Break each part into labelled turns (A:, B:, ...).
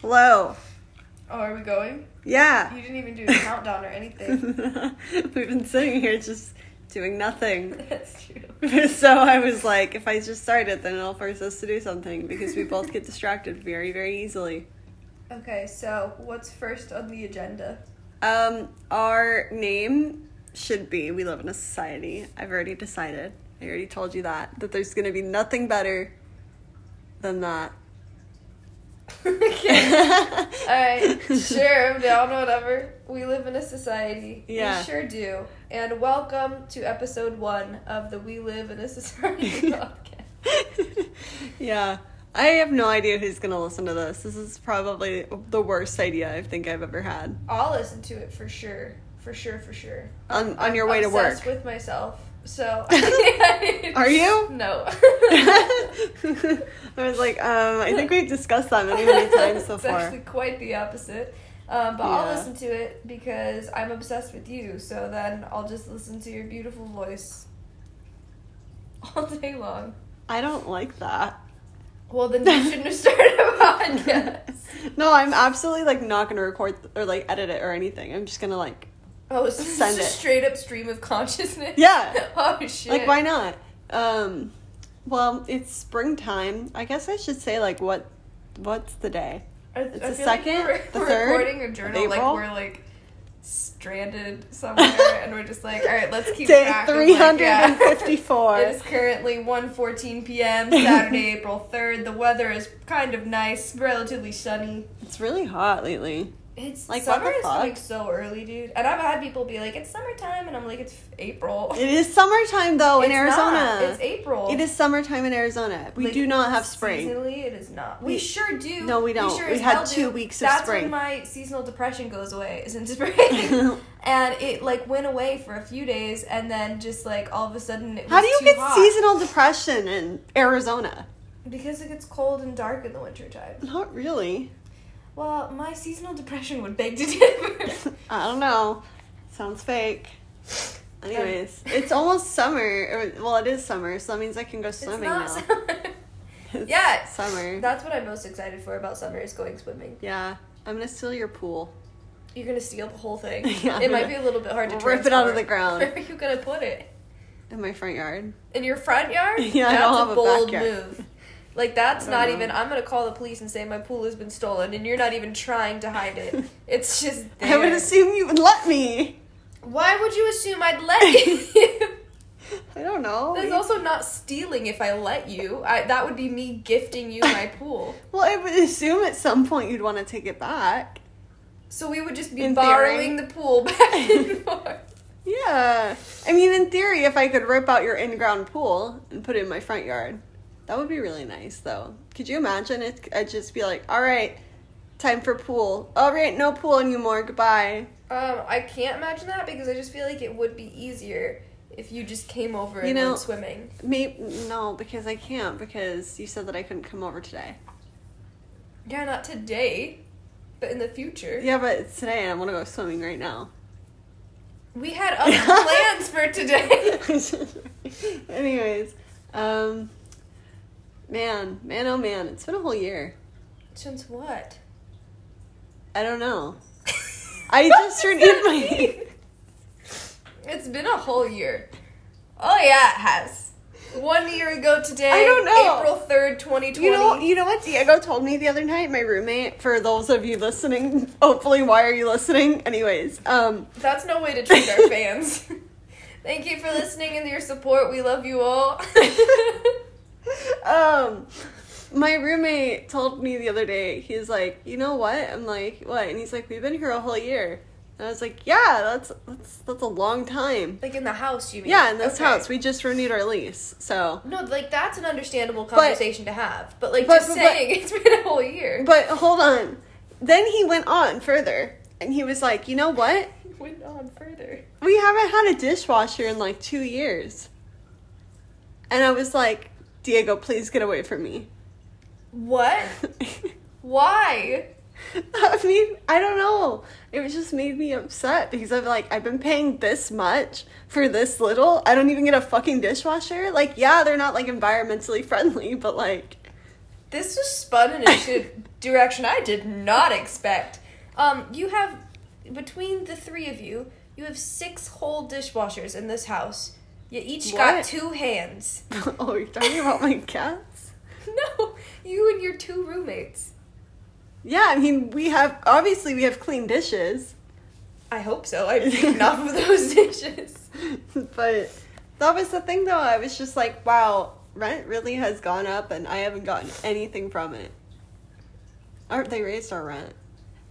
A: Hello.
B: Oh, are we going?
A: Yeah.
B: You didn't even do a countdown or anything.
A: We've been sitting here just doing nothing.
B: That's true.
A: so I was like, if I just start it, then it'll force us to do something because we both get distracted very, very easily.
B: Okay, so what's first on the agenda?
A: Um, our name should be We Live in a Society. I've already decided. I already told you that. That there's going to be nothing better than that.
B: okay. All right. Sure, I'm down. Whatever. We live in a society.
A: Yeah.
B: We sure do. And welcome to episode one of the We Live in a Society podcast.
A: yeah. I have no idea who's going to listen to this. This is probably the worst idea I think I've ever had.
B: I'll listen to it for sure. For sure. For sure.
A: On, on your way to
B: obsessed
A: work.
B: with myself. So.
A: Are you?
B: No.
A: I was like, um, I think we've discussed that many, many times so
B: it's
A: far.
B: actually quite the opposite. Um, but I'll
A: Yeah.
B: listen to it because I'm obsessed with you. So then I'll just listen to your beautiful voice all day long.
A: I don't like that.
B: Well, then you shouldn't have started a podcast.
A: No, I'm absolutely like not going to record or like edit it or anything. I'm just going to like,
B: Oh, so this
A: Send
B: is
A: it.
B: a straight up stream of consciousness.
A: Yeah.
B: oh shit.
A: like why not? Um, well, it's springtime. I guess I should say like what, what's the day?
B: I,
A: It's
B: I
A: the
B: feel like
A: second,
B: we're,
A: the
B: we're
A: third
B: recording a journal like
A: April.
B: we're like stranded somewhere, and we're just like, all right, let's keep
A: Day
B: track of, like,
A: three hundred and
B: yeah.
A: fifty-four.
B: It's currently 1:14 p.m. Saturday, April 3rd. The weather is kind of nice, relatively sunny.
A: It's really hot lately.
B: It's
A: Like,
B: like
A: what
B: summer
A: the
B: is
A: fuck?
B: like so early, dude. And I've had people be like, "It's summertime," and I'm like, "It's April."
A: It is summertime though Oh, in
B: It's
A: Arizona.
B: not. It's April.
A: It is summertime in Arizona. We
B: Like,
A: do not have spring.
B: Seasonally, it is not.
A: We-
B: We sure do.
A: No, we don't.
B: sure
A: We
B: as
A: had
B: hell
A: two
B: do.
A: weeks of
B: That's
A: spring.
B: when my seasonal depression goes away. Is in spring, and it like went away for a few days, and then just like all of a sudden, it was
A: How do you
B: too
A: get
B: hot.
A: seasonal depression in Arizona?
B: Because it gets cold and dark in the wintertime.
A: Not really.
B: Well, my seasonal depression would beg to differ.
A: I don't know. Sounds fake. Anyways,
B: Um,
A: it's almost summer. or- Well, it is summer, so that means I can go
B: it's not
A: swimming now.
B: summer.
A: It's
B: Yeah.
A: summer.
B: That's what I'm most excited for about summer is going swimming.
A: yeah, I'm gonna steal your pool.
B: You're gonna steal the whole thing.
A: Yeah, I'm
B: it might
A: gonna
B: be a little bit hard to
A: rip it out of the
B: transport.
A: ground.
B: Where are you gonna put it?
A: in my front yard.
B: In your front yard?
A: Yeah, I
B: that's
A: don't have a
B: a bold
A: backyard.
B: move. Like that's
A: I don't
B: not
A: know.
B: even. I'm gonna call the police and say my pool has been stolen, and you're not even trying to hide it. It's just. There.
A: I would assume you would let me.
B: Why would you assume I'd let you?
A: I don't know.
B: That's also not stealing if I let you. I, that would be me gifting you my pool.
A: well, I would assume at some point you'd want to take it back.
B: So we would just be
A: In
B: borrowing the pool back and forth.
A: Yeah. I mean, in theory, if I could rip out your in ground pool and put it in my front yard, that would be really nice, though. Could you imagine? It, I'd just be like, all right, time for pool. All right, no pool anymore. Goodbye.
B: Um, I can't imagine that because I just feel like it would be easier if you just came over
A: You
B: and
A: know-
B: went swimming.
A: Maybe, no, because I can't, because you said that I couldn't come over today.
B: Yeah, not today, but in the future.
A: Yeah, but it's today and I want to go swimming right now.
B: We had other plans for today.
A: Anyways, um, man, man, oh man, it's been a whole year.
B: Since what?
A: I don't know. I just turned in my.
B: It's been a whole year. Oh yeah, it has. One year ago today.
A: I don't know.
B: April third, twenty twenty.
A: You know, you know what Diego told me the other night. My roommate. For those of you listening, hopefully, why are you listening? Anyways, um,
B: That's no way to treat our fans. Thank you for listening and your support. We love you all.
A: um, my roommate told me the other day. He's like, you know what? I'm like, what? And he's like, we've been here a whole year. And I was like, yeah, that's that's that's a long time.
B: like in the house, you mean?
A: Yeah, in this
B: Okay.
A: house, we just renewed our lease. So,
B: No, like that's an understandable conversation to have. But like
A: But-
B: just
A: but- but-
B: saying, it's been a whole year.
A: but hold on. Then he went on further, and he was like, you know what?
B: Went on further.
A: we haven't had a dishwasher in like two years. And I was like, Diego, please get away from me.
B: What? Why?
A: I mean, I don't know. It was just made me upset because I'm like, I've been paying this much for this little. I don't even get a fucking dishwasher. Like, yeah, they're not like environmentally friendly, but like,
B: This was spun in a should direction I did not expect. Um, you have between the three of you, you have six whole dishwashers in this house. You each got
A: What?
B: two hands.
A: oh, you're talking about my cats?
B: No, you and your two roommates.
A: Yeah, I mean, we have obviously we have clean dishes,
B: I hope so. I've eaten off of those dishes.
A: but that was the thing though. I was just like, wow, rent really has gone up, and I haven't gotten anything from it. Or they raised our rent.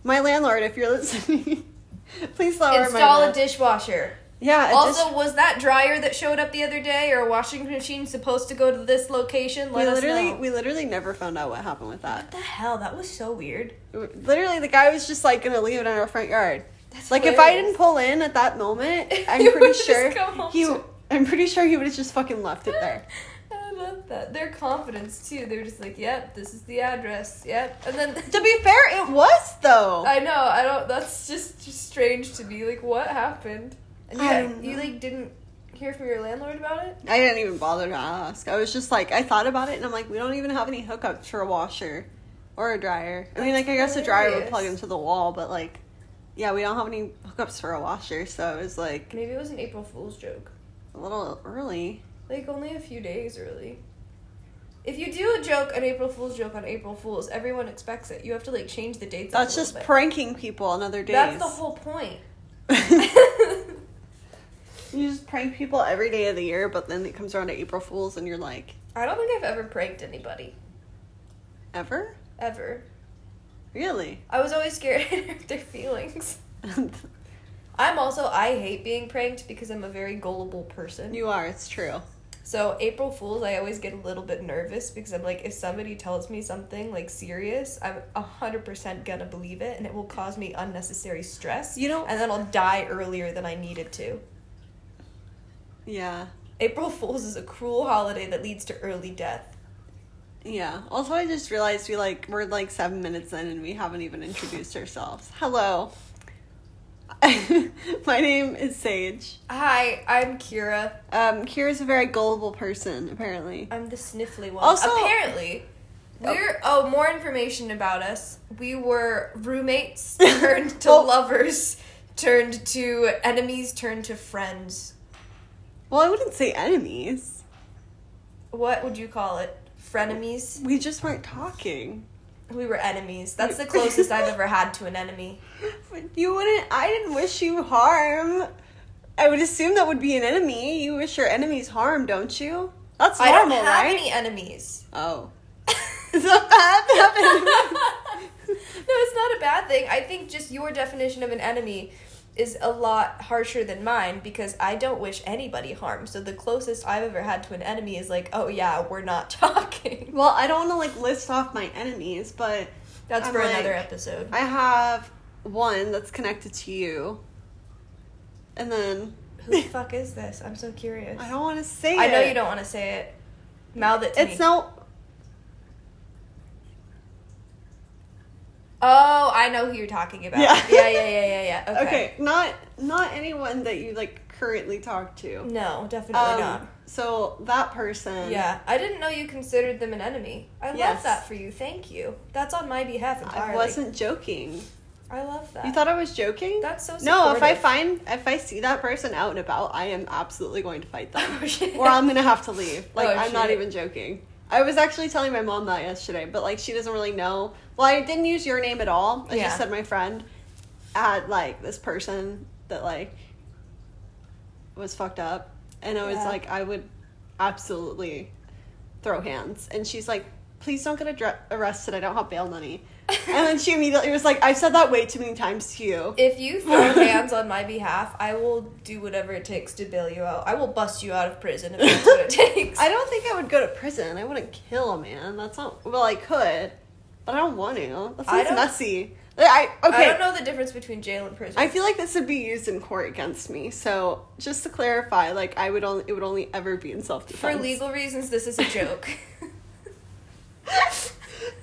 A: My landlord, if you're listening, please lower
B: Install
A: my
B: a
A: rent.
B: dishwasher.
A: yeah, a
B: also,
A: dish-
B: was that dryer that showed up the other day or a washing machine supposed to go to this location? Let
A: we
B: us
A: literally
B: know.
A: we literally never found out what happened with that.
B: what the hell? That was so weird.
A: Literally, the guy was just like gonna leave it in our front yard.
B: That's
A: Like if I
B: hilarious.
A: didn't pull in at that moment,
B: You
A: I'm
B: would've
A: pretty
B: just
A: sure
B: come home
A: he.
B: to-
A: I'm pretty sure he would have just fucking left it there.
B: I love that. Their confidence too. They're just like, "Yep, this is the address. Yep." And then
A: to be fair, it was though.
B: I know I don't. That's just, just strange to me. Like, what happened? And
A: I
B: yeah,
A: don't
B: you
A: know.
B: like didn't hear from your landlord about it.
A: I didn't even bother to ask. I was just like, I thought about it, and I'm like, we don't even have any hookups for a washer or a dryer. I mean, like, I guess a dryer would plug
B: hilarious.
A: into the wall, but like, yeah, we don't have any hookups for a washer, so it was like
B: Maybe it was an April Fool's joke.
A: a little early.
B: Like only a few days early. If you do a joke, an April Fool's joke on April Fools, everyone expects it. You have to like change the dates. up
A: That's
B: a little
A: just
B: bit.
A: pranking people on other days.
B: That's the whole point.
A: You just prank people every day of the year, but then it comes around to April Fools, and you're like,
B: I don't think I've ever pranked anybody
A: ever?
B: ever.
A: Really?
B: I was always scared I'd hurt their feelings. I'm also I hate being pranked because I'm a very gullible person.
A: you are, it's true.
B: So April Fools, I always get a little bit nervous because I'm like, if somebody tells me something like serious, I'm hundred percent gonna believe it, and it will cause me unnecessary stress.
A: You know-
B: and then I'll die earlier than I needed to.
A: Yeah.
B: April Fools is a cruel holiday that leads to early death.
A: Yeah. Also, I just realized we like we're like seven minutes in and we haven't even introduced ourselves. Hello. My name is Sage.
B: Hi, I'm Kira.
A: Um, Kira's a very gullible person, apparently.
B: I'm the sniffly one.
A: Also-
B: apparently, we're oh more information about us. We were roommates turned to
A: Oh.
B: lovers, turned to enemies, turned to friends.
A: Well, I wouldn't say enemies.
B: What would you call it? Frenemies.
A: We just weren't talking.
B: We were enemies. That's the closest I've ever had to an enemy.
A: You wouldn't. I didn't wish you harm. I would assume that would be an enemy. You wish your enemies harm, don't you? That's
B: I don't
A: normal,
B: have
A: right?
B: any enemies.
A: Oh, is that bad?
B: no, it's not a bad thing. I think just your definition of an enemy is a lot harsher than mine because I don't wish anybody harm. So the closest I've ever had to an enemy is like, oh yeah, we're not talking.
A: well, I don't want to like list off my enemies, but
B: That's
A: I'm
B: for
A: like-
B: another episode.
A: I have one that's connected to you, and then
B: Who the fuck is this? I'm so curious.
A: I don't want to say.
B: I know
A: it.
B: you don't want to say it. Mouth it to
A: It's
B: me.
A: no.
B: oh, I know who you're talking about.
A: Yeah.
B: yeah, yeah, yeah, yeah. yeah.
A: Okay.
B: Okay.
A: not not anyone that you like currently talk to.
B: No, definitely
A: Um,
B: not.
A: So that person.
B: Yeah, I didn't know you considered them an enemy. I love
A: Yes.
B: that for you. Thank you. That's on my behalf entirely.
A: I wasn't joking.
B: I love that.
A: You thought I was joking?
B: That's so.
A: no, if I
B: supportive.
A: find if I see that person out and about, I am absolutely going to fight them.
B: Oh, shit.
A: or I'm gonna have to leave. Like
B: Oh,
A: I'm not
B: shit.
A: even joking. I was actually telling my mom that yesterday, but like she doesn't really know. Well, I didn't use your name at all. I
B: Yeah.
A: just said my friend at like this person that like was fucked up, and I was
B: Yeah.
A: like, I would absolutely throw hands, and she's like, please don't get adre- arrested. I don't have bail money. and then she immediately was like, I've said that way too many times to you.
B: if you throw hands on my behalf, I will do whatever it takes to bail you out. I will bust you out of prison if that's what it takes.
A: I don't think I would go to prison. I wouldn't kill a man. That's not. Well, I could, but I don't want to. That
B: I
A: sounds
B: don't-
A: messy. I okay.
B: I
A: I,
B: don't know the difference between jail and prison.
A: feel like this would be used in court against me. So just to clarify, like I would only it would only ever be in self
B: for
A: defense.
B: legal reasons, this is a joke.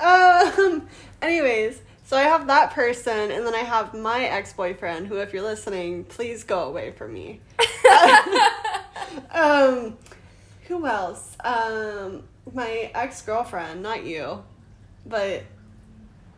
A: um. Anyways, so I have that person, and then I have my ex boyfriend. Who, if you're listening, please go away from me. um. Who else? Um. My ex girlfriend, not you, but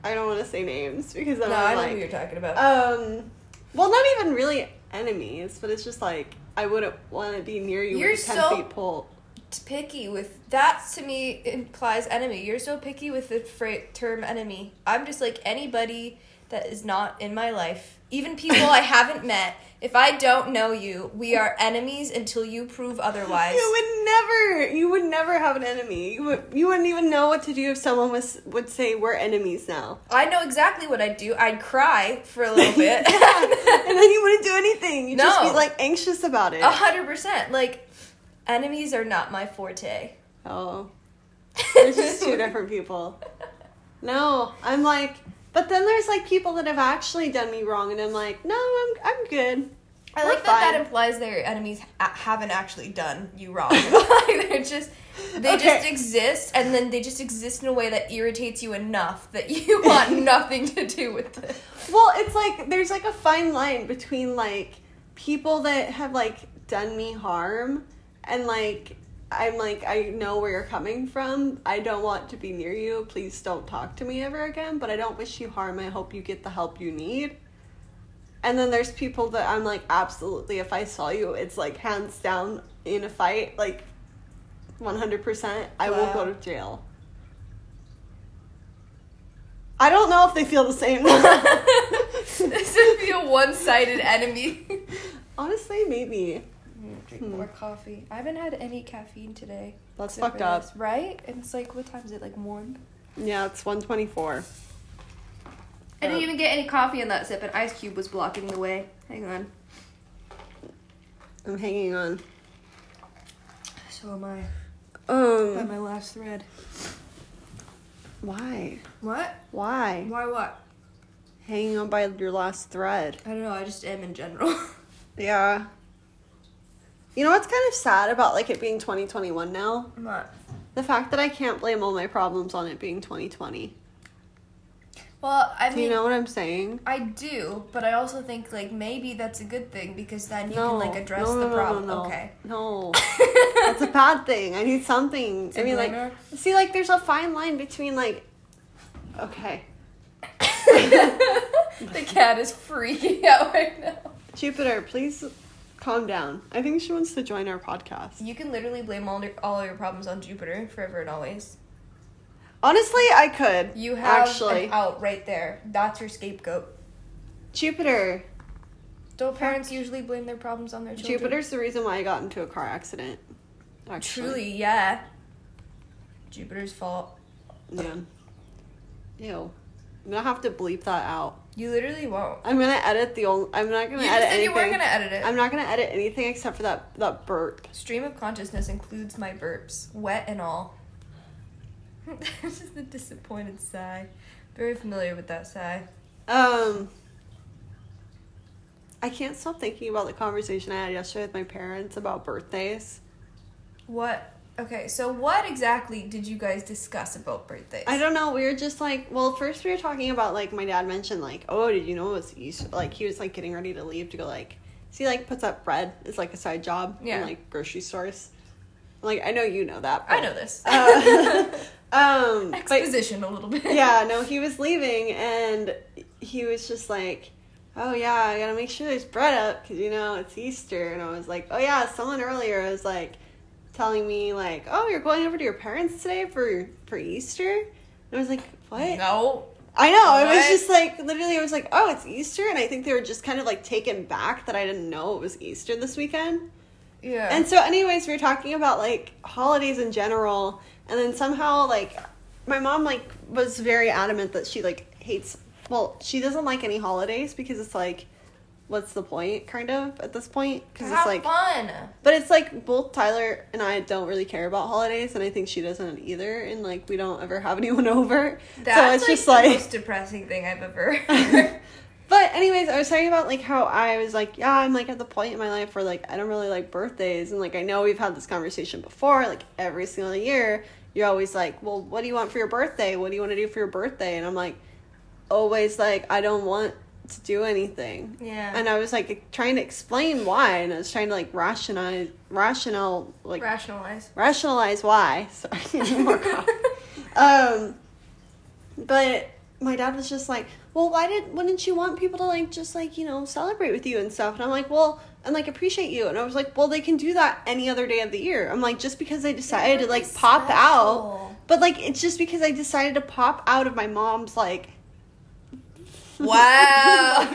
A: I don't want to say names because then
B: No,
A: I'm
B: I know
A: like,
B: who you're talking about.
A: um, well, not even really enemies, but it's just like I wouldn't want to be near you
B: You're
A: with a ten
B: so-
A: feet pole.
B: It's picky with that to me implies enemy. You're so picky with the fra- term enemy. I'm just like anybody that is not in my life, even people I haven't met. If I don't know you, we are enemies until you prove otherwise.
A: You would never, you would never have an enemy. You would, you wouldn't even know what to do if someone was would say we're enemies now,
B: I know exactly what I'd do. I'd cry for a little bit.
A: and then you wouldn't do anything. You'd just
B: No. Uh-huh.
A: be like anxious about it.
B: A hundred percent. Like enemies are not my forte.
A: Oh, they're just two different people. No, I'm like, but then there's like people that have actually done me wrong, and I'm like, no, I'm I'm good.
B: I
A: We're
B: like that that
A: fine.
B: implies their enemies ha- haven't actually done you wrong. like they're just they just
A: Okay.
B: exist and then they just exist in a way that irritates you enough that you want nothing to do with it.
A: Well, it's like there's like a fine line between like people that have like done me harm and like I'm like I know where you're coming from. I don't want to be near you. Please don't talk to me ever again, but I don't wish you harm. I hope you get the help you need. And then there's people that I'm like absolutely if I saw you, it's like hands down in a fight, like 100% I will
B: Wow.
A: go to jail. I don't know if they feel the same.
B: this would be a one-sided enemy.
A: Honestly, maybe.
B: Drink more coffee. I haven't had any caffeine today.
A: Hmm. That's fucked
B: except for
A: up.
B: this, right? And it's like what time is it? Like one.
A: Yeah, it's 124.
B: I didn't
A: Yeah.
B: even get any coffee in that sip, and Ice Cube was blocking the way. Hang on.
A: I'm hanging on.
B: So am I. By
A: Um,
B: my last thread.
A: why?
B: What?
A: Why?
B: Why what?
A: Hanging on by your last thread.
B: I don't know. I just am in general.
A: Yeah. You know what's kind of sad about like it being 2021 now?
B: I'm not.
A: The fact that I can't blame all my problems on it being 2020.
B: Well, I
A: Do
B: mean,
A: you know what I'm saying?
B: I do, but I also think like maybe that's a good thing because then you
A: No.
B: can like address
A: no, no,
B: the
A: no,
B: problem.
A: No, no.
B: Okay.
A: No. That's a bad thing. I need something.
B: To
A: I mean, like,
B: blame her?
A: see, like, there's a fine line between, like, okay,
B: the cat is freaking out right now.
A: Jupiter, please calm down. I think she wants to join our podcast.
B: You can literally blame all your, all your problems on Jupiter forever and always.
A: Honestly, I could.
B: You have
A: actually
B: an out right there. That's your scapegoat.
A: Jupiter.
B: Don't parents usually blame their problems on their children?
A: Jupiter's the reason why I got into a car accident. Actually.
B: Truly, yeah. Jupiter's fault.
A: Yeah. Ew. I'm gonna have to bleep that out.
B: You literally won't.
A: I'm gonna edit the old. I'm not
B: You
A: gonna
B: just
A: edit
B: said you
A: anything.
B: weren't gonna edit it.
A: I'm not gonna edit anything except for that that burp.
B: Stream of consciousness includes my burps, wet and all. Just a disappointed sigh. Very familiar with that sigh.
A: Um. I can't stop thinking about the conversation I had yesterday with my parents about birthdays.
B: What? Okay, so what exactly did you guys discuss about birthdays?
A: I don't know. We were just like, well, first we were talking about like my dad mentioned like, oh, did you know it was Easter? Like he was like getting ready to leave to go like, see, like puts up bread is like a side job in
B: Yeah.
A: like grocery stores. Like I know you know that. uh,
B: I know this.
A: Um, but
B: Exposition a little bit.
A: yeah, no, he was leaving and he was just like, oh yeah, I gotta make sure there's bread up because you know it's Easter. And I was like, oh yeah, someone earlier was like telling me like, oh, you're going over to your parents today for for Easter. And I was like, what?
B: No.
A: I know. It was
B: What?
A: just like literally, I was like, "Oh, it's Easter," and I think they were just kind of like taken back that I didn't know it was Easter this weekend.
B: Yeah.
A: And so, anyways, we were talking about like holidays in general, and then somehow like my mom like was very adamant that she like hates. Well, she doesn't like any holidays because it's like, what's the point? Kind of at this point because
B: Have
A: it's like,
B: fun.
A: but it's like both Tyler and I don't really care about holidays, and I think she doesn't either, and like we don't ever have anyone over. so
B: That's
A: it's
B: like
A: just
B: the
A: like
B: most depressing thing I've ever heard.
A: But anyways, I was talking about like how I was like, yeah, I'm like at the point in my life where like I don't really like birthdays, and like I know we've had this conversation before, like every single year, you're always like, well, what do you want for your birthday? What do you want to do for your birthday? And I'm like, always like I don't want to do anything.
B: Yeah.
A: And I was like trying to explain why, and I was trying to like rationalize, rational, like
B: Rationalize.
A: rationalize why. Sorry, more coffee. Um, but my dad was just like, "Well, why did wouldn't you want people to like just like you know celebrate with you and stuff?" And I'm like, "Well." And like appreciate you, and I was like, well, they can do that any other day of the year. I'm like, just because they decided to
B: really
A: like pop out,
B: special.
A: but like it's just because I decided to pop out of my mom's like
B: Wow.
A: I'm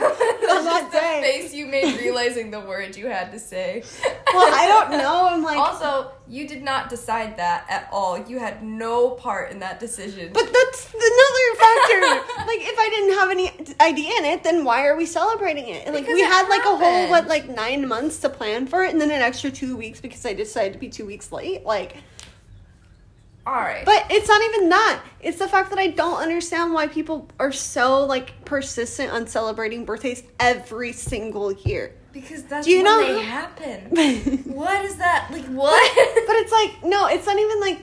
A: not
B: That's just the
A: saying.
B: face you made realizing the word you had to say.
A: well, I don't know. I'm like,
B: also, you did not decide that at all. You had no part in that decision.
A: but that's another factor. like, if I didn't have any idea in it, then why are we celebrating it? And, Like,
B: Because
A: we
B: it
A: had like a whole
B: happened.
A: what like nine months to plan for it, and then an extra two weeks because I decided to be two weeks late. Like,
B: all right.
A: but it's not even that. It's the fact that I don't understand why people are so like persistent on celebrating birthdays every single year.
B: because that's
A: Do you
B: when
A: know
B: they
A: how-
B: happen.
A: but
B: What is that? Like what?
A: it's like no, it's not even like.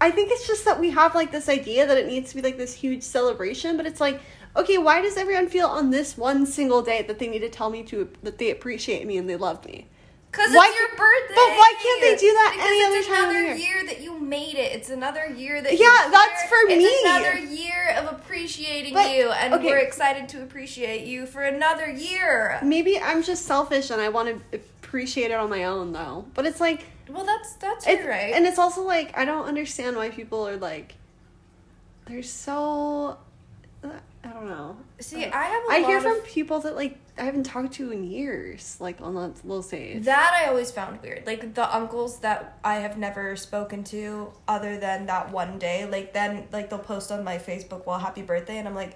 A: I think it's just that we have like this idea that it needs to be like this huge celebration, but it's like, okay, why does everyone feel on this one single day that they need to tell me to that they appreciate me and they love me?
B: Because
A: Why-
B: it's your birthday.
A: but why can't they do that any other
B: it's
A: time of
B: another
A: the
B: year that you made it. It's another year that
A: Yeah,
B: you're
A: that's
B: here.
A: for me.
B: It's another year of appreciating
A: But-
B: you, and
A: okay.
B: we're excited to appreciate you for another year.
A: Maybe I'm just selfish and I want to appreciate it on my own though. But it's like
B: Well, that's that's
A: it's,
B: your right.
A: and it's also like I don't understand why people are like they're so I don't know.
B: See, I have. a
A: I
B: lot
A: hear
B: of-
A: from people that like I haven't talked to in years, like on those little days.
B: That I always found weird. Like the uncles that I have never spoken to other than that one day, like then like they'll post on my Facebook, "Well, happy birthday," and I'm like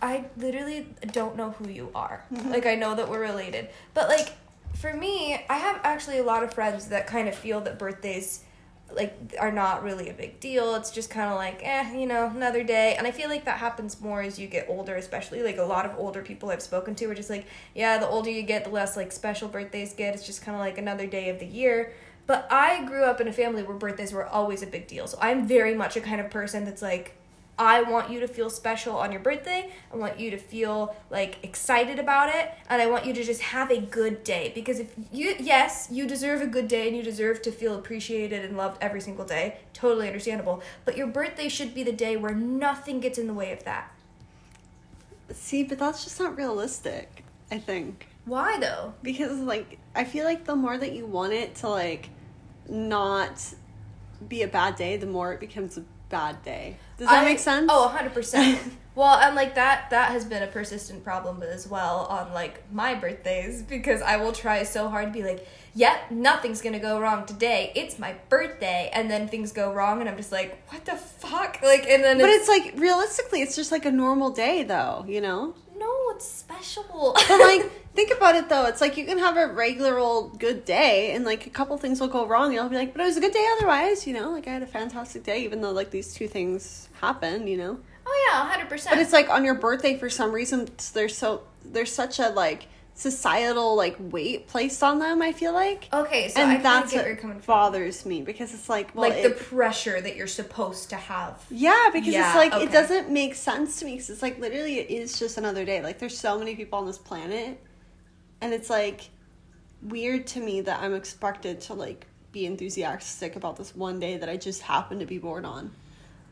B: I literally don't know who you are. Like I know that we're related, but like for me, I have actually a lot of friends that kind of feel that birthdays like are not really a big deal. It's just kind of like, eh, you know, another day. And I feel like that happens more as you get older, especially like a lot of older people I've spoken to are just like, yeah, the older you get, the less like special birthdays get. It's just kind of like another day of the year. But I grew up in a family where birthdays were always a big deal. So I'm very much a kind of person that's like I want you to feel special on your birthday. I want you to feel like excited about it and I want you to just have a good day because if you yes, you deserve a good day and you deserve to feel appreciated and loved every single day. Totally understandable. But your birthday should be the day where nothing gets in the way of that.
A: See, but that's just not realistic, I think.
B: Why though?
A: Because like I feel like the more that you want it to like not be a bad day, the more it becomes a bad day. Does that
B: I-
A: make sense?
B: Oh, 100%. well, and like that that has been a persistent problem as well on like my birthdays because I will try so hard to be like, "Yep, nothing's going to go wrong today. It's my birthday." And then things go wrong and I'm just like, "What the fuck?" Like and then
A: But it's
B: it's,
A: like realistically, it's just like a normal day though, you know?
B: no, it's special.
A: But like, think about it though. It's like you can have a regular old good day, and like a couple things will go wrong. You'll be like, but it was a good day otherwise, you know. Like I had a fantastic day, even though like these two things happened, you know.
B: oh yeah, 100%.
A: But it's like on your birthday for some reason there's so there's such a like societal like weight placed on them. I feel like,
B: okay, Oh, so I
A: and
B: kinda
A: that's
B: get
A: what
B: where you're coming from.
A: bothers me because it's like, well,
B: like
A: it-
B: the pressure that you're supposed to have.
A: yeah, because
B: Yeah,
A: it's like it
B: okay.
A: doesn't make sense to me because it's like literally it is just another day. Like there's so many people on this planet, and it's like weird to me that I'm expected to like be enthusiastic about this one day that I just happen to be born on.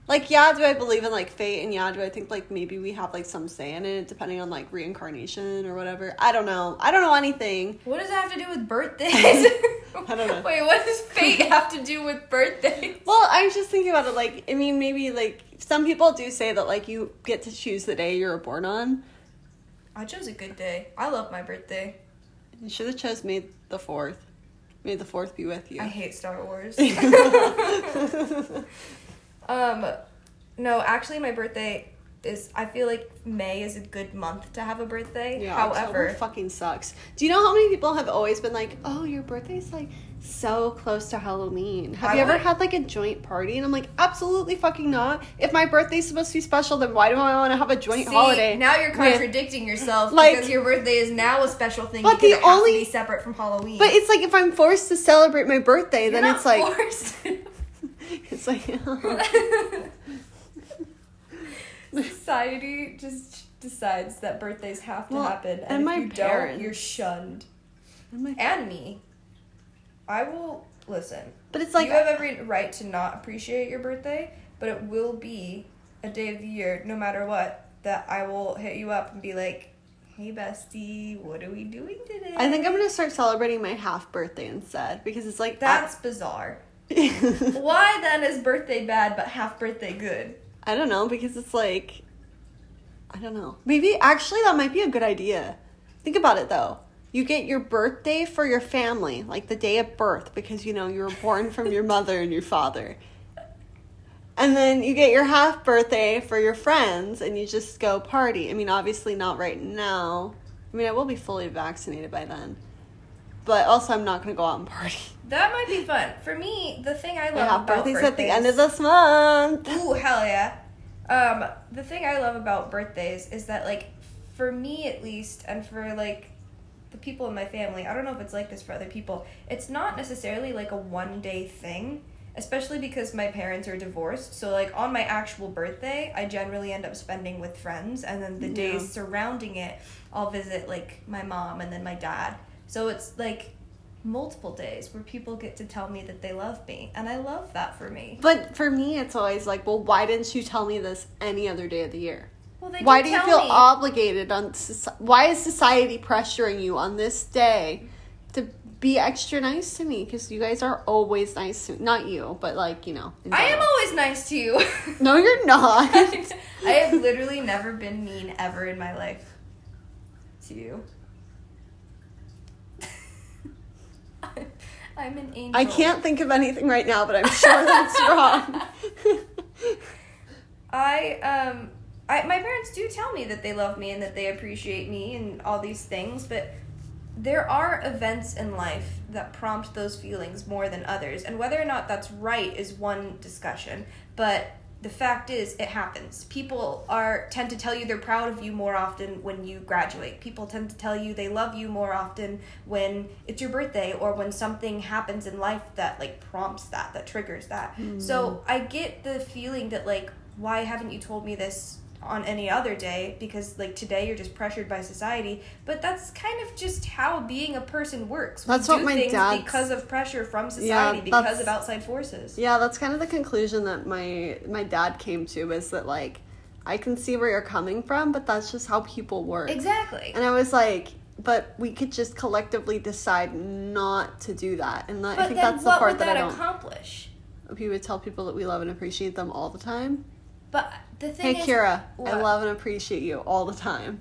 A: Like yeah, do I believe in like fate and yeah, do I think like maybe we have like some say in it depending on like reincarnation or whatever. I don't know. I don't know anything.
B: What does that have to do with birthdays?
A: I don't know.
B: Wait, what does fate have to do with birthdays?
A: Well, I was just thinking about it. Like, I mean, maybe like some people do say that like you get to choose the day you're born on.
B: I chose a good day. I love my birthday.
A: You should have chose May the fourth. May the fourth be with you.
B: I hate Star Wars. um, no, actually, my birthday is. I feel like May is a good month to have a birthday.
A: yeah, October
B: However,
A: fucking sucks. Do you know how many people have always been like, "Oh, your birthday's like so close to Halloween." Have
B: I
A: you ever
B: would-
A: had like a joint party? And I'm like, absolutely fucking not. If my birthday's supposed to be special, then why do I want to have a joint
B: see,
A: holiday?
B: now you're
A: with-
B: contradicting yourself
A: Like-
B: because your birthday is now a special thing.
A: But
B: because
A: the
B: it has to
A: only-
B: be separate from Halloween.
A: But it's like if I'm forced to celebrate my birthday,
B: You're
A: then
B: not
A: it's like
B: forced.
A: it's like
B: Society just decides that birthdays have to
A: Well,
B: happen, and,
A: and
B: if
A: my
B: you
A: parents-
B: don't, you're shunned.
A: I'm like-
B: and me. I will listen.
A: But it's like
B: you have every right to not appreciate your birthday, but it will be a day of the year, no matter what, that I will hit you up and be like, hey, bestie, what are we doing today?
A: I think I'm gonna start celebrating my half birthday instead because it's like
B: that's bizarre.
A: I
B: Why then is birthday bad but half birthday good?
A: I don't know because it's like I don't know. Maybe actually that might be a good idea. Think about it though. You get your birthday for your family, like the day of birth, because you know you were born from your mother and your father. And then you get your half birthday for your friends and you just go party. I mean, obviously not right now. I mean, I will be fully vaccinated by then. But also, I'm not going to go out and party.
B: That might be fun. For me, the thing I love
A: My half
B: about
A: birthday's
B: birthdays
A: at the end of this month.
B: Ooh, hell yeah. Um, the thing I love about birthdays is that, like, for me at least, and for, like, the people in my family, I don't know if it's like this for other people, it's not necessarily, like, a one day thing, especially because my parents are divorced. So, like, on my actual birthday, I generally end up spending with friends, and then the
A: Yeah.
B: days surrounding it, I'll visit, like, my mom and then my dad. So it's, like, multiple days where people get to tell me that they love me, and I love that for me.
A: But for me, it's always like, well, why didn't you tell me this any other day of the year?
B: Well, they
A: why
B: did
A: do you
B: tell
A: feel
B: me.
A: obligated on? soci- Why is society pressuring you on this day to be extra nice to me? Because you guys are always nice to not you, but like you know. in
B: I am
A: general.
B: always nice to you.
A: No, you're not.
B: I have literally never been mean ever in my life to you. I'm an angel.
A: I can't think of anything right now, but I'm sure that's wrong.
B: I um I my parents do tell me that they love me and that they appreciate me and all these things, but there are events in life that prompt those feelings more than others, and whether or not that's right is one discussion, but the fact is it happens. People are tend to tell you they're proud of you more often when you graduate. People tend to tell you they love you more often when it's your birthday or when something happens in life that like prompts that, that triggers that. So, I get the feeling that like why haven't you told me this on any other day because like today you're just pressured by society but that's kind of just how being a person works
A: That's
B: we
A: what
B: do
A: my
B: things
A: dad's-
B: because of pressure from society because
A: that's-
B: of outside forces
A: Yeah, that's kind of the conclusion that my my dad came to is that like I can see where you're coming from, but that's just how people work.
B: exactly
A: And I was like, but we could just collectively decide not to do that. And that,
B: but
A: I think
B: then
A: that's the
B: what
A: part
B: would
A: that,
B: that,
A: I don't.
B: accomplish
A: we would tell people that we love and appreciate them all the time.
B: but the thing
A: Hey,
B: is
A: Kira, I
B: What?
A: love and appreciate you all the time.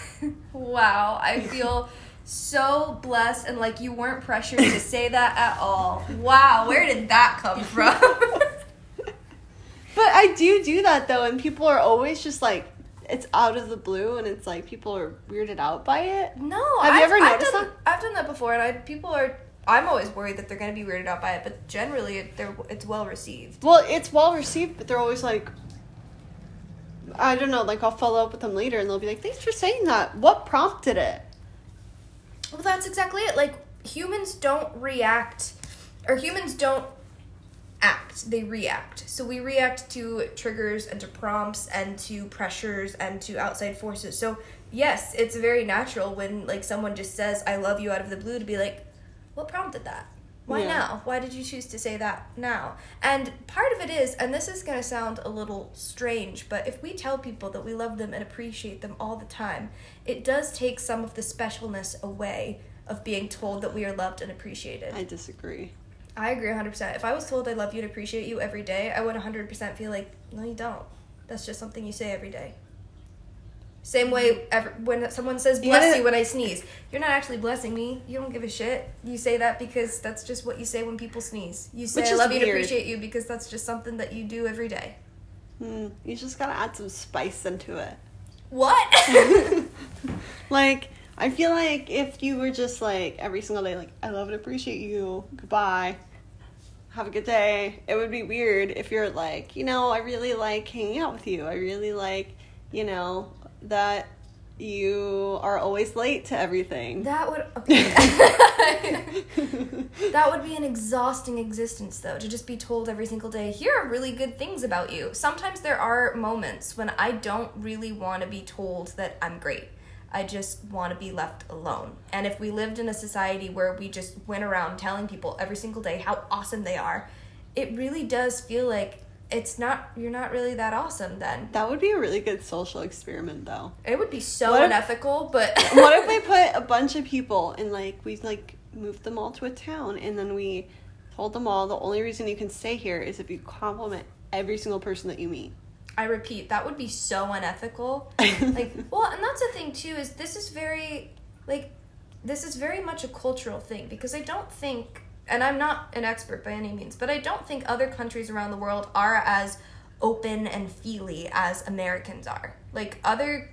B: wow, I feel so blessed and like you weren't pressured to say that at all. Wow, where did that come from?
A: But I do do that though, and people are always just like, it's out of the blue, and it's like people are weirded out by it.
B: no,
A: Have
B: I've,
A: you ever
B: I've
A: noticed
B: done, I've done that before, and I people are. I'm always worried that they're gonna be weirded out by it, but generally, it, they're it's well received.
A: Well, it's well received, but they're always like, I don't know, like I'll follow up with them later, and they'll be like, thanks for saying that. What prompted it?
B: Well, that's exactly it. Like humans don't react, or humans don't act; they react. So we react to triggers and to prompts and to pressures and to outside forces. So yes, it's very natural when like someone just says "I love you" out of the blue to be like, "What prompted that? Why
A: Yeah.
B: now? Why did you choose to say that now?" And part of it is, and this is gonna sound a little strange, but if we tell people that we love them and appreciate them all the time, it does take some of the specialness away of being told that we are loved and appreciated.
A: I disagree.
B: I agree 100%. If I was told I love you and appreciate you every day, I would 100% feel like, no, you don't. That's just something you say every day. Same way ever, when someone says
A: Mm-hmm. You
B: bless
A: gotta-
B: you when I sneeze, you're not actually blessing me. You don't give a shit. You say that because that's just what you say when people sneeze. You say
A: Which
B: I
A: is
B: love you and
A: weird.
B: appreciate you because that's just something that you do every day.
A: Hmm, you just gotta add some spice into it.
B: What?
A: like I feel like if you were just like every single day, like I love and appreciate you, goodbye, have a good day. It would be weird if you're like, you know, I really like hanging out with you. I really like, you know, that you are always late to everything.
B: that would okay. That would be an exhausting existence, though, to just be told every single day, here are really good things about you. Sometimes there are moments when I don't really want to be told that I'm great. I just want to be left alone. And if we lived in a society where we just went around telling people every single day how awesome they are, it really does feel like it's not you're not really that awesome then.
A: That would be a really good social experiment, though.
B: It would be so
A: What if-
B: unethical, but
A: what if we put a bunch of people and like we like moved them all to a town and then we told them all the only reason you can stay here is if you compliment every single person that you meet.
B: I repeat, that would be so unethical. like well and that's the thing too is this is very like this is very much a cultural thing because i don't think and i'm not an expert by any means but i don't think other countries around the world are as open and feely as americans are like other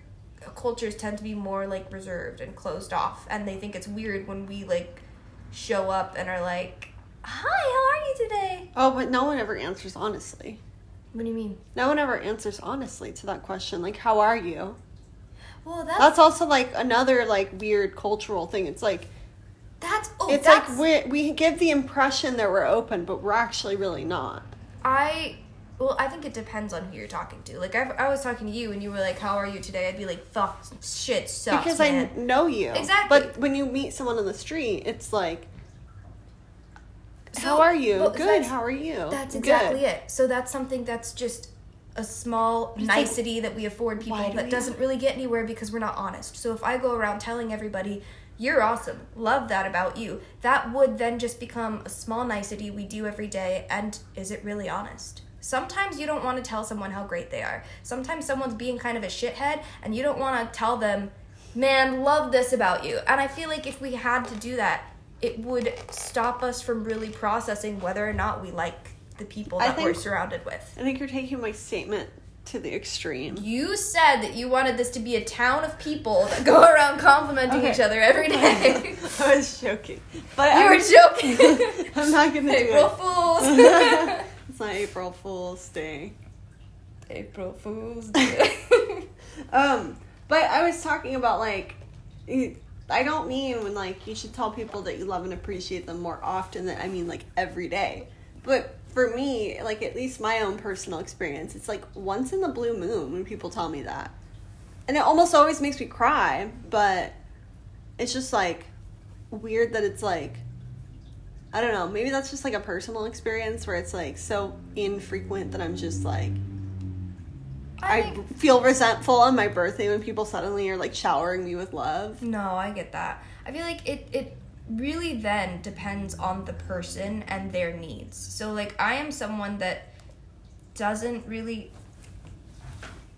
B: cultures tend to be more like reserved and closed off and they think it's weird when we like show up and are like hi how are you today
A: oh, but no one ever answers honestly.
B: what do you mean
A: No one ever answers honestly to that question. Like, how are you?
B: well that's
A: That's also like another like weird cultural thing. It's like
B: that's oh
A: it's
B: that's
A: like we we give the impression that we're open, but we're actually really not.
B: I well, I think it depends on who you're talking to. Like I, I was talking to you, and you were like, "How are you today?" I'd be like, "Fuck, shit sucks."
A: because I
B: man.
A: kn- know you
B: Exactly.
A: But when you meet someone on the street, it's like,
B: So-
A: how are you?
B: well,
A: Good.
B: that's-
A: How are you?
B: That's
A: Good.
B: exactly it. So that's something that's just a small
A: like,
B: nicety that we afford
A: why
B: people
A: do
B: that
A: we-
B: doesn't really get anywhere because we're not honest. So if I go around telling everybody, you're awesome, love that about you, that would then just become a small nicety we do every day. And is it really honest? Sometimes you don't want to tell someone how great they are. Sometimes someone's being kind of a shithead and you don't want to tell them, man, love this about you. And I feel like if we had to do that, it would stop us from really processing whether or not we like the people
A: I
B: that we're
A: think-
B: surrounded with.
A: I think you're taking my statement to the extreme.
B: You said that you wanted this to be a town of people that go around complimenting
A: Okay.
B: each other every day.
A: I was joking, but
B: you
A: I
B: were
A: was-
B: joking.
A: I'm not gonna do
B: April
A: it.
B: Fools.
A: It's not April Fool's Day.
B: April Fools. Day.
A: Um, but I was talking about like, you- I don't mean when like you should tell people that you love and appreciate them more often. That I mean like every day. But for me, like at least my own personal experience, it's like once in the blue moon when people tell me that, and it almost always makes me cry. But it's just like weird that it's like. I don't know. Maybe that's just like a personal experience where it's like so infrequent that I'm just like
B: I
A: I
B: think,
A: feel resentful on my birthday when people suddenly are like showering me with love.
B: no, I get that. I feel like it it really then depends on the person and their needs. So like I am someone that doesn't really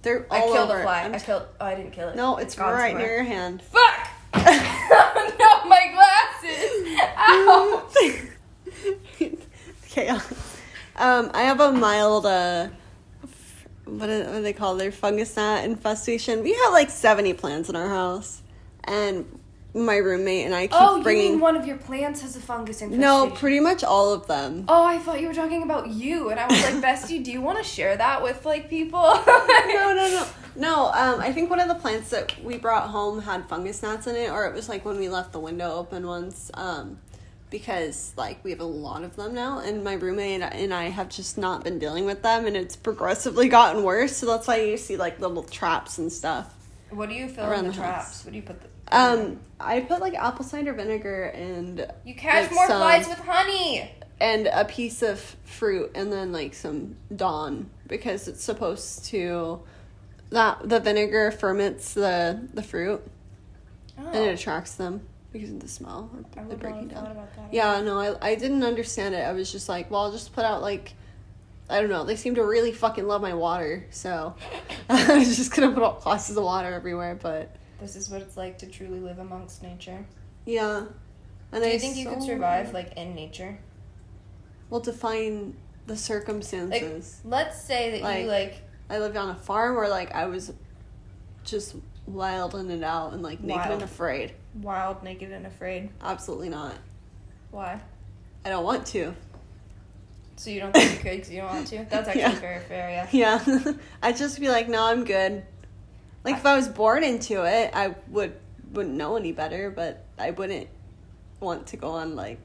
A: They're
B: I
A: all
B: killed
A: over.
B: a fly.
A: I'm-
B: I killed. Oh, I didn't kill it.
A: no, it's
B: gone
A: right
B: somewhere.
A: near your hand.
B: Fuck! oh, no, my glasses! Ow!
A: okay. Um, I have a mild uh, f- what are, what are they called? Their fungus gnat infestation. We have like seventy plants in our house, and my roommate and I keep
B: Oh, you
A: bringing.
B: mean one of your plants has a fungus infestation?
A: no, pretty much all of them.
B: Oh, I thought you were talking about you, and I was like, Bestie, do you want to share that with like people?
A: no, no, no. No, um, I think one of the plants that we brought home had fungus gnats in it, or it was like when we left the window open once, um, because like we have a lot of them now, and my roommate and I have just not been dealing with them, and it's progressively gotten worse. So that's why you see like little traps and stuff.
B: What do you fill
A: Around
B: in the
A: the house.
B: traps? What do you put? The-
A: Um, I put like apple cider vinegar and
B: you catch
A: like,
B: more
A: some-
B: flies with honey.
A: and a piece of fruit and then like some dawn because it's supposed to that the vinegar ferments the the fruit
B: Oh,
A: and it attracts them because of the smell or
B: I
A: the
B: would not
A: breaking
B: have thought
A: down.
B: about that.
A: Yeah, no, I I didn't understand it. I was just like, well, I'll just put out like I don't know. They seem to really fucking love my water, so I was just gonna put out glasses of water everywhere. But
B: This is what it's like to truly live amongst nature.
A: yeah, and
B: Do
A: I
B: you think you could
A: so-
B: survive like in nature?
A: Well, define the circumstances.
B: Let's say that
A: Like-
B: you like
A: I lived on a farm where like I was just wild in and out and like naked
B: Wild.
A: and afraid.
B: wild, naked, and afraid.
A: Absolutely not.
B: Why?
A: I don't want to.
B: So you don't think you could because you don't want to? That's actually
A: Yeah.
B: very fair, yeah.
A: Yeah. I'd just be like, no, I'm good. Like if I was born into it, I would wouldn't know any better, but I wouldn't want to go on like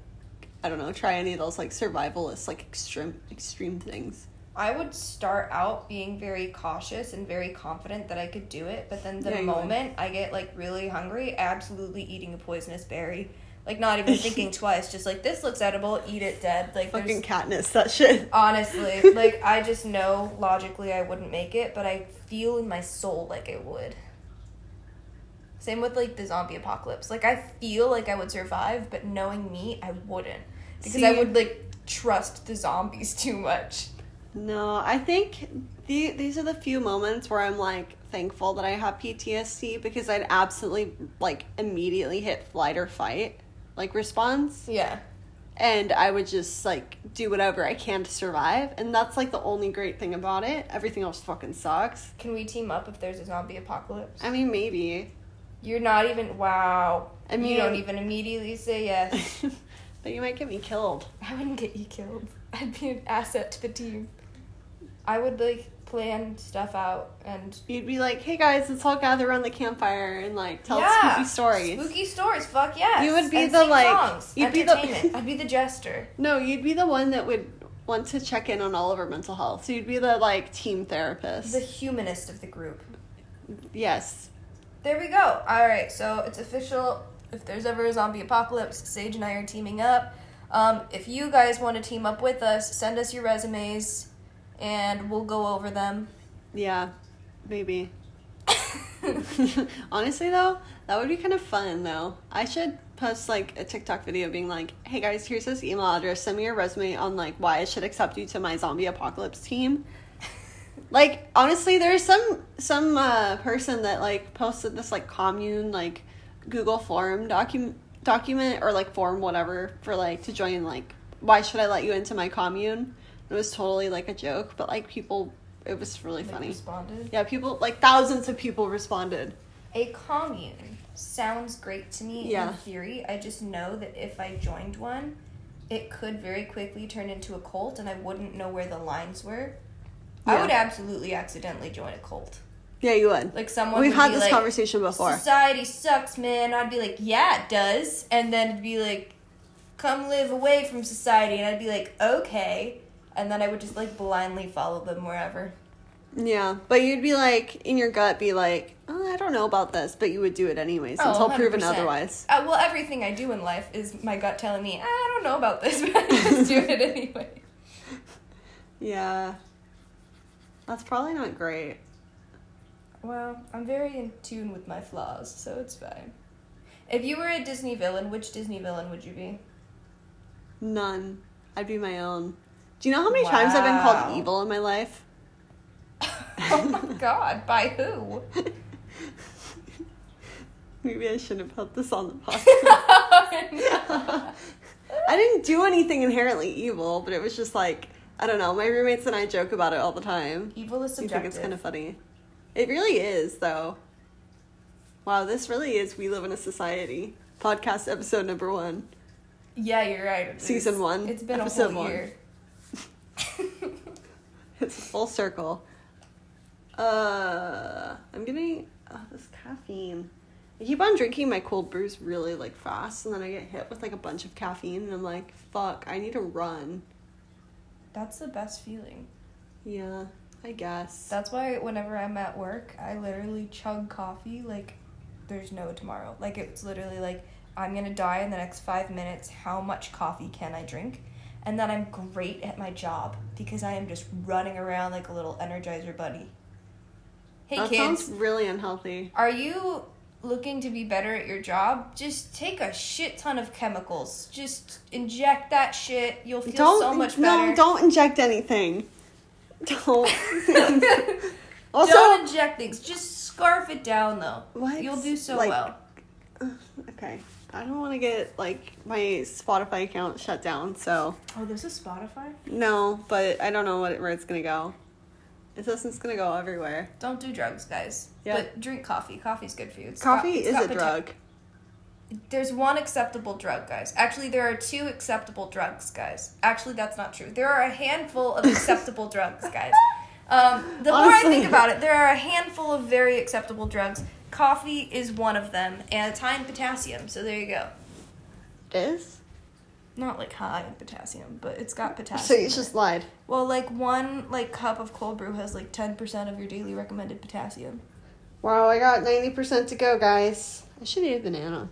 A: I don't know, try any of those like survivalist like extreme extreme things.
B: I would start out being very cautious and very confident that I could do it, but then the
A: Yeah, you would.
B: moment I get like really hungry, absolutely eating a poisonous berry Like not even thinking twice, just like this looks edible, eat it dead. Like
A: Fucking
B: there's
A: Katniss, that shit.
B: honestly, like I just know logically I wouldn't make it, but I feel in my soul like I would. Same with like the zombie apocalypse. Like I feel like I would survive, but knowing me, I wouldn't because I
A: See-
B: would like trust the zombies too much.
A: No, I think the, these are the few moments where I'm like thankful that I have PTSD because I'd absolutely like immediately hit flight or fight like response
B: Yeah.
A: and I would just like do whatever I can to survive and that's like the only great thing about it. Everything else fucking sucks.
B: Can we team up if there's a zombie apocalypse?
A: I mean, maybe.
B: You're not even. Wow.
A: I
B: you
A: mean-
B: don't even immediately say yes.
A: but you might get me killed.
B: I wouldn't get you killed. I'd be an asset to the team. I would like plan stuff out and
A: You'd be like, "Hey guys, let's all gather around the campfire and like tell spooky stories."
B: Spooky stories. Fuck yes.
A: You would be
B: And
A: the,
B: sing
A: like-
B: Songs.
A: you'd be the-
B: Entertainment. I'd be the jester.
A: No, you'd be the one that would want to check in on all of our mental health. So you'd be the like team therapist.
B: The humanist of the group.
A: yes.
B: There we go. All right, so it's official. If there's ever a zombie apocalypse, Sage and I are teaming up. Um, if you guys want to team up with us, send us your resumes, and we'll go over them.
A: Yeah. Maybe. Honestly though, that would be kind of fun though. I should post like a TikTok video being like, "Hey guys, here's this email address. Send me your resume on like why I should accept you to my zombie apocalypse team." like honestly there's some some uh, person that like posted this like commune like google form document document or like form whatever for like to join like why should i let you into my commune it was totally like a joke but like people it was really
B: Like,
A: funny
B: Responded.
A: yeah people like thousands of people responded
B: A commune sounds great to me
A: Yeah.
B: in theory. I just know that if I joined one, it could very quickly turn into a cult, and I wouldn't know where the lines were. I
A: Yeah.
B: would absolutely accidentally join a cult.
A: yeah you would
B: Like someone
A: we've
B: would
A: had
B: be
A: this
B: like,
A: conversation before
B: Society sucks, man. I'd be like, yeah, it does. And then it'd be like, come live away from society. And I'd be like, okay. And then I would just like blindly follow them wherever.
A: yeah but you'd be like in your gut be like oh, i don't know about this but you would do it anyways
B: Oh,
A: until proven
B: 100%.
A: otherwise
B: Uh, well, everything I do in life is my gut telling me, "Ah, I don't know about this, but I just do it anyway.
A: yeah that's probably not great
B: Well, I'm very in tune with my flaws, so it's fine. If you were a Disney villain, which Disney villain would you be?
A: None. I'd be my own. Do you know how many times I've been called
B: Wow.
A: evil in my life?
B: oh my god, by who?
A: Maybe I shouldn't have put this on the podcast. I didn't do anything inherently evil, but it was just like, I don't know, my roommates and I joke about it all the time.
B: Evil is
A: You
B: subjective.
A: think it's kind of funny. It really is, though. Wow, this really is We Live in a Society. Podcast episode number one.
B: Yeah, you're right. It
A: Season
B: is.
A: one,
B: It's been a
A: episode
B: whole
A: one.
B: year.
A: It's full circle. Uh, I'm getting oh, this caffeine. I keep on drinking my cold brews really like fast, and then I get hit with like a bunch of caffeine, and I'm like, "Fuck, I need to run."
B: That's the best feeling.
A: Yeah, I guess.
B: That's why whenever I'm at work, I literally chug coffee like there's no tomorrow. Like it's literally like I'm gonna die in the next five minutes. How much coffee can I drink? And then I'm great at my job because I am just running around like a little energizer buddy. Hey
A: that
B: kids,
A: sounds really unhealthy.
B: are you looking to be better at your job? Just take a shit ton of chemicals. Just inject that shit. You'll feel
A: don't
B: so much better.
A: no, don't inject anything. Don't. also,
B: don't inject things. Just scarf it down though.
A: What?
B: You'll do so
A: Like-
B: well.
A: okay, I don't want to get like my Spotify account shut down, so.
B: Oh, there's a Spotify?
A: No, but I don't know what where it's gonna go. It says it's gonna go everywhere.
B: Don't do drugs, guys.
A: Yeah.
B: But drink coffee. Coffee's good for you. It's
A: Coffee
B: got- it's
A: is
B: got
A: a
B: poten-
A: drug.
B: There's one acceptable drug, guys. Actually, there are two acceptable drugs, guys. Actually, that's not true. There are a handful of acceptable drugs, guys. Um, the more I
A: Honestly.
B: think about it, there are a handful of very acceptable drugs. Coffee is one of them, and it's high in potassium. So there you go.
A: It is.
B: Not like high in potassium, but it's got potassium.
A: So
B: in
A: you
B: it.
A: just lied.
B: Well, like one like cup of cold brew has like ten percent of your daily recommended potassium.
A: Wow, I got ninety percent to go, guys. I should eat a banana.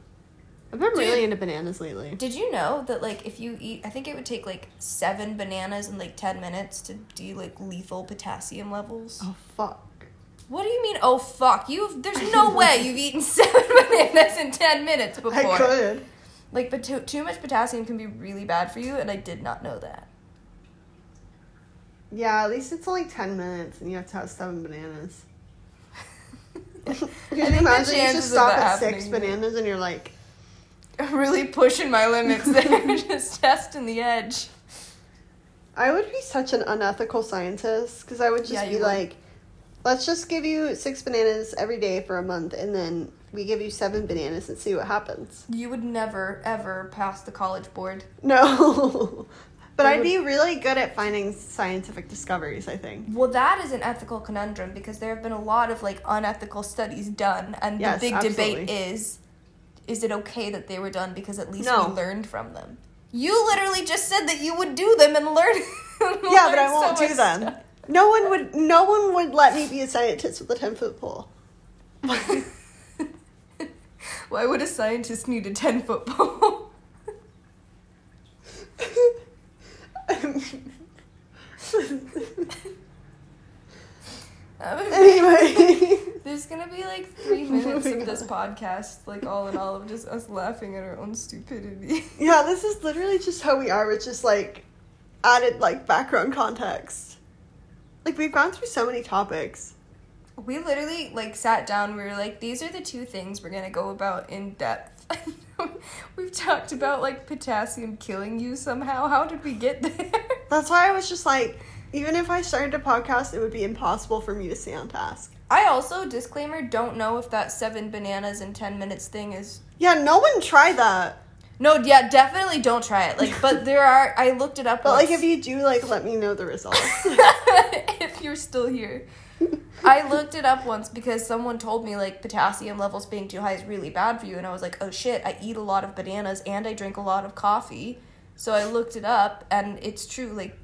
A: I've been really
B: Dude.
A: into bananas lately.
B: Did you know that like if you eat, I think it would take like seven bananas and like ten minutes to do like lethal potassium levels.
A: Oh fuck.
B: What do you mean? Oh fuck! You've there's no way you've eaten seven bananas in ten minutes before.
A: I could.
B: Like, but too, too much potassium can be really bad for you, and I did not know that.
A: Yeah, at least it's only ten minutes, and you have to have seven bananas. Could
B: I
A: you
B: think the
A: imagine you
B: chances
A: just
B: of
A: stop
B: that
A: at six
B: happening-
A: bananas, and you're like,
B: I'm really pushing my limits there, just testing the edge.
A: I would be such an unethical scientist because I would just
B: Yeah,
A: be
B: you would.
A: like, let's just give you six bananas every day for a month, and then we give you seven bananas and see what happens.
B: You would never ever pass the college board.
A: No. But
B: I
A: I'd be really good at finding scientific discoveries, I think.
B: Well, that is an ethical conundrum because there have been a lot of like unethical studies done, and
A: Yes,
B: the big debate
A: absolutely.
B: is, is it okay that they were done because at least
A: No.
B: we learned from them. You literally just said that you would do them and learn.
A: Yeah, but I won't do them. No one would no one would let me be a scientist with a 10-foot pole.
B: Why would a scientist need a ten foot pole? That would be-
A: anyway,
B: There's gonna be like three minutes
A: Moving
B: of this podcast, like all in all of just us laughing at our own stupidity.
A: yeah, this is literally just how we are with just like added like background context. Like we've gone through so many topics.
B: We literally like sat down. We were like, these are the two things we're gonna go about in depth. We've talked about like potassium killing you somehow. How did we get there?
A: That's why I was just like even if I started a podcast, it would be impossible for me to stay on task.
B: I also disclaimer don't know if that seven bananas in ten minutes thing is.
A: Yeah, no one tried that.
B: No, yeah, definitely don't try it. Like, but there are. I looked it up.
A: But like,
B: once.
A: if you do, like, let me know the results.
B: if you're still here. I looked it up once because someone told me like potassium levels being too high is really bad for you and I was like, "Oh shit, I eat a lot of bananas and I drink a lot of coffee." So I looked it up and it's true like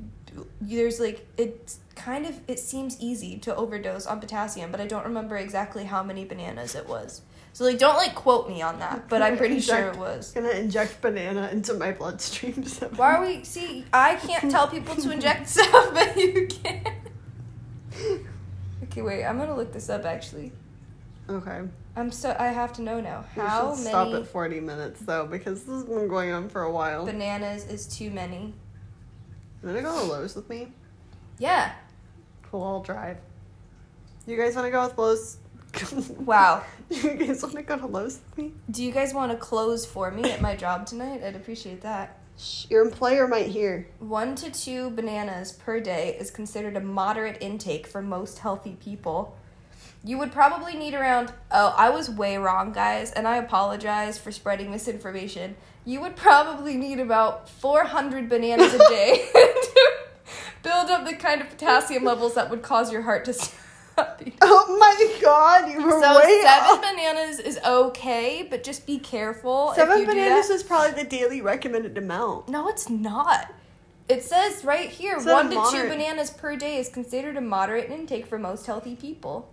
B: there's like it's kind of it seems easy to overdose on potassium, but I don't remember exactly how many bananas it was. So like don't like quote me on that, but I'm pretty sure it was.
A: gonna inject banana into my bloodstream. so-
B: Why are we see I can't tell people to inject stuff but you can. Okay, wait, I'm gonna look this up actually.
A: Okay.
B: I'm so I have to know now.
A: We
B: How
A: should stop
B: many
A: at 40 minutes though, because this has been going on for a while. I'm
B: bananas is too many?
A: gonna go to Lowe's with me.
B: Yeah.
A: Cool, I'll drive. You guys wanna go with Lowe's?
B: Wow.
A: you guys wanna go to Lowe's with me?
B: Do you guys want to close for me at my job tonight? I'd appreciate that.
A: Shh, your employer might hear.
B: One to two bananas per day is considered a moderate intake for most healthy people. You would probably need around, oh, I was way wrong, guys, and I apologize for spreading misinformation. You would probably need about 400 bananas a day to build up the kind of potassium levels that would cause your heart to stop. beating.
A: Oh my god, you were
B: So,
A: way
B: seven
A: off.
B: bananas is okay, but just be careful. if
A: Seven
B: you do
A: bananas
B: that.
A: is probably the daily recommended amount.
B: No, it's not. It says right here
A: It said
B: one
A: a
B: to
A: moderate-
B: two bananas per day is considered a moderate intake for most healthy people.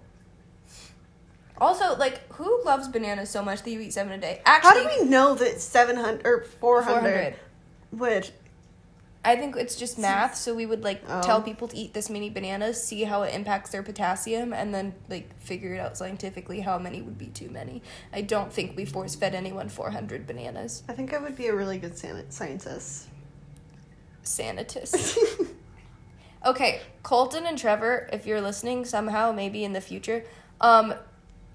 B: Also, like, who loves bananas so much that you eat seven a day?
A: How
B: Actually,
A: do we know that 700 or 400
B: 400.
A: would
B: I think it's just math, so we would like
A: Oh.
B: tell people to eat this many bananas, see how it impacts their potassium, and then like figure it out scientifically how many would be too many. I don't think we force fed anyone 400 bananas.
A: I think I would be a really good san- scientist.
B: Sanitas. Okay, Colton and Trevor, if you're listening somehow, maybe in the future, um,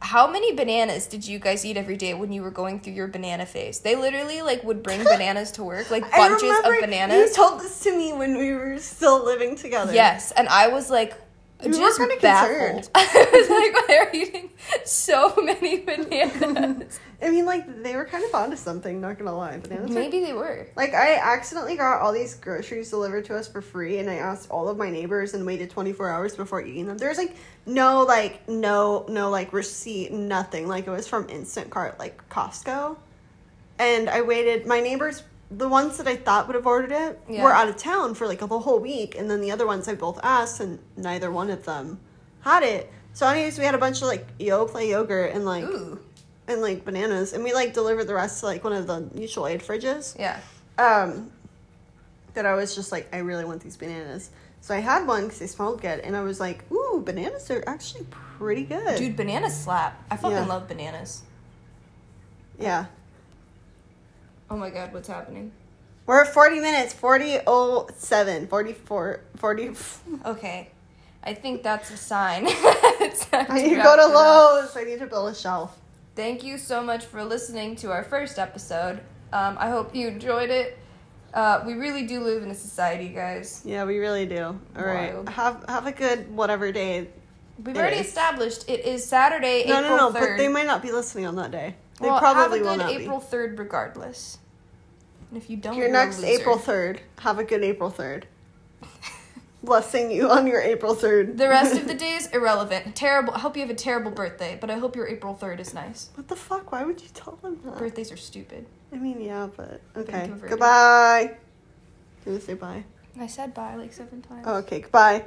B: how many bananas did you guys eat every day when you were going through your banana phase? They literally like would bring bananas to work, like
A: I
B: bunches of
A: remember
B: bananas.
A: You told this to me when we were still living together.
B: Yes, and I was like,
A: You were
B: just
A: kinda
B: baffled. I was like, they're eating so many bananas.
A: I mean, like they were kind of onto something. Not gonna lie, bananas. Are-
B: maybe they were.
A: like I accidentally got all these groceries delivered to us for free, and I asked all of my neighbors and waited 24 hours before eating them. There's like no like no no like receipt, nothing. Like it was from Instant Cart, like Costco, and I waited. My neighbors. The ones that I thought would have ordered it
B: Yeah.
A: were out of town for like the whole week, and then the other ones I both asked, and neither one of them had it. So, anyways, we had a bunch of like Yo Play yogurt and like
B: Ooh.
A: and like bananas, and we like delivered the rest to like one of the mutual aid fridges.
B: Yeah.
A: um, that I was just like, I really want these bananas. So I had one because they smelled good, and I was like, ooh, bananas are actually pretty good.
B: Dude, bananas slap. I fucking
A: Yeah.
B: love bananas.
A: Yeah.
B: Oh my god, what's happening?
A: We're at 40 minutes, 4007, 44, 40.
B: Okay. I think that's a sign.
A: I need to go to Lowe's. I need to build a shelf.
B: Thank you so much for listening to our first episode. Um, I hope you enjoyed it. Uh, we really do live in a society, guys.
A: Yeah, we really do. All right.
B: Wild.
A: Have have a good whatever day.
B: We've
A: It
B: already
A: is.
B: established it is Saturday,
A: No,
B: April
A: no, no,
B: 3rd.
A: but they might not be listening on that day. They
B: well,
A: probably
B: have a
A: will
B: good
A: not
B: April 3rd regardless. And if you don't,
A: be. Your
B: you're a
A: next
B: loser.
A: April 3rd. Have a good April 3rd. Blessing you on your April 3rd.
B: The rest of the day is irrelevant. Terrible. I hope you have a terrible birthday, but I hope your April 3rd is nice.
A: What the fuck? Why would you tell them that?
B: Birthdays are stupid.
A: I mean, yeah, but okay.
B: give a verdict.
A: Goodbye. Do they say bye?
B: I said bye like seven times.
A: Oh, okay. Goodbye.